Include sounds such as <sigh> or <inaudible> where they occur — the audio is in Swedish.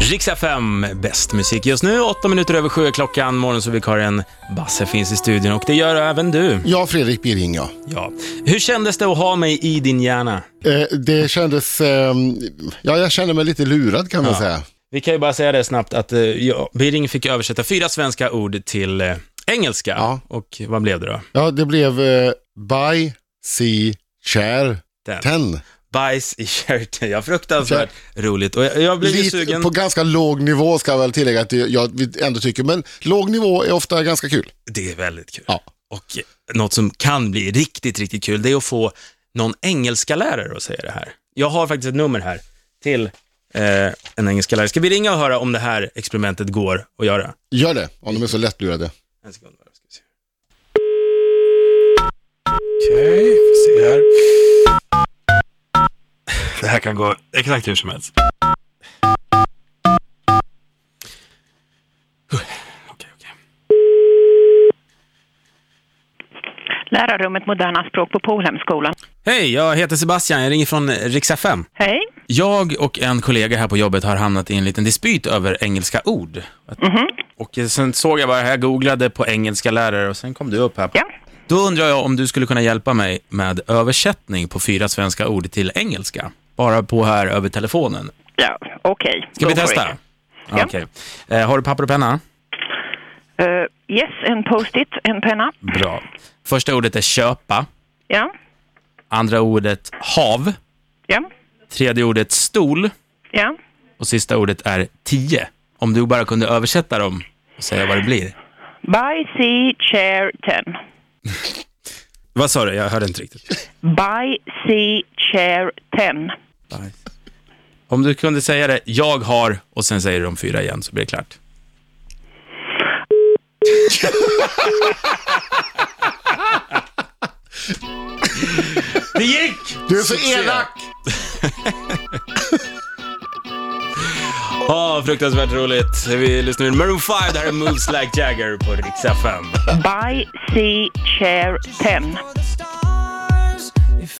Riksa 5, bäst musik just nu. Åtta minuter över sju är klockan. Morgonsåvikarien Basse finns i studion och det gör även du. Ja, Fredrik Birging, ja. Ja. Hur kändes det att ha mig i din hjärna? Eh, det kändes... Eh, ja, jag kände mig lite lurad kan man säga. Vi kan ju bara säga det snabbt att eh, ja, Biring fick översätta fyra svenska ord till eh, engelska. Ja. Och vad blev det då? Ja, det blev eh, by, see, chair, Den. ten. Bajs i kärten. Ja, fruktansvärt roligt. Och jag, jag blev ju Lite, sugen. på ganska låg nivå ska jag väl tillägga att det- jag ändå tycker, men låg nivå är ofta ganska kul. Det är väldigt kul. Ja. Och eh, något som kan bli riktigt, riktigt kul, det är att få någon engelska lärare att säga det här. Jag har faktiskt ett nummer här till eh, en engelska lärare. Ska vi ringa och höra om det här experimentet går att göra? Gör det, om de är så lättlurade. En sekund bara, ska vi se. Okej, får se här. Det här kan gå exakt hur som helst. Okej, okej. Lärarrummet Moderna språk på Polhemskolan. Hej, jag heter Sebastian. Jag ringer från Riksa 5. Hej. Jag och en kollega här på jobbet har hamnat i en liten dispyt över engelska ord. Och eh, sen såg jag bara, jag googlade på engelska lärare och sen kom du upp här. Ja. Då undrar jag om du skulle kunna hjälpa mig med översättning på fyra svenska ord till engelska. Bara på här över telefonen. Ja, okej. Ska vi Go for testa? it. Okej. Eh, har du papper och penna? Eh, yes, en post-it, en penna. Bra. Första ordet är köpa. Ja, Andra ordet hav. ja, Tredje ordet stol. ja. Och sista ordet är tio. Om du bara kunde översätta dem och säga vad det blir. By sea chair 10. Vad sa du? Jag hörde inte riktigt. By sea chair 10. Om du kunde säga det, jag har, och sen säger du de fyra igen så blir det klart. <laughs> Det gick! Du är så elak! Ja, fruktansvärt roligt. Vi lyssnar nu Maroon 5, det här är Moves Like Jagger på Rix FM. By sea chair 10.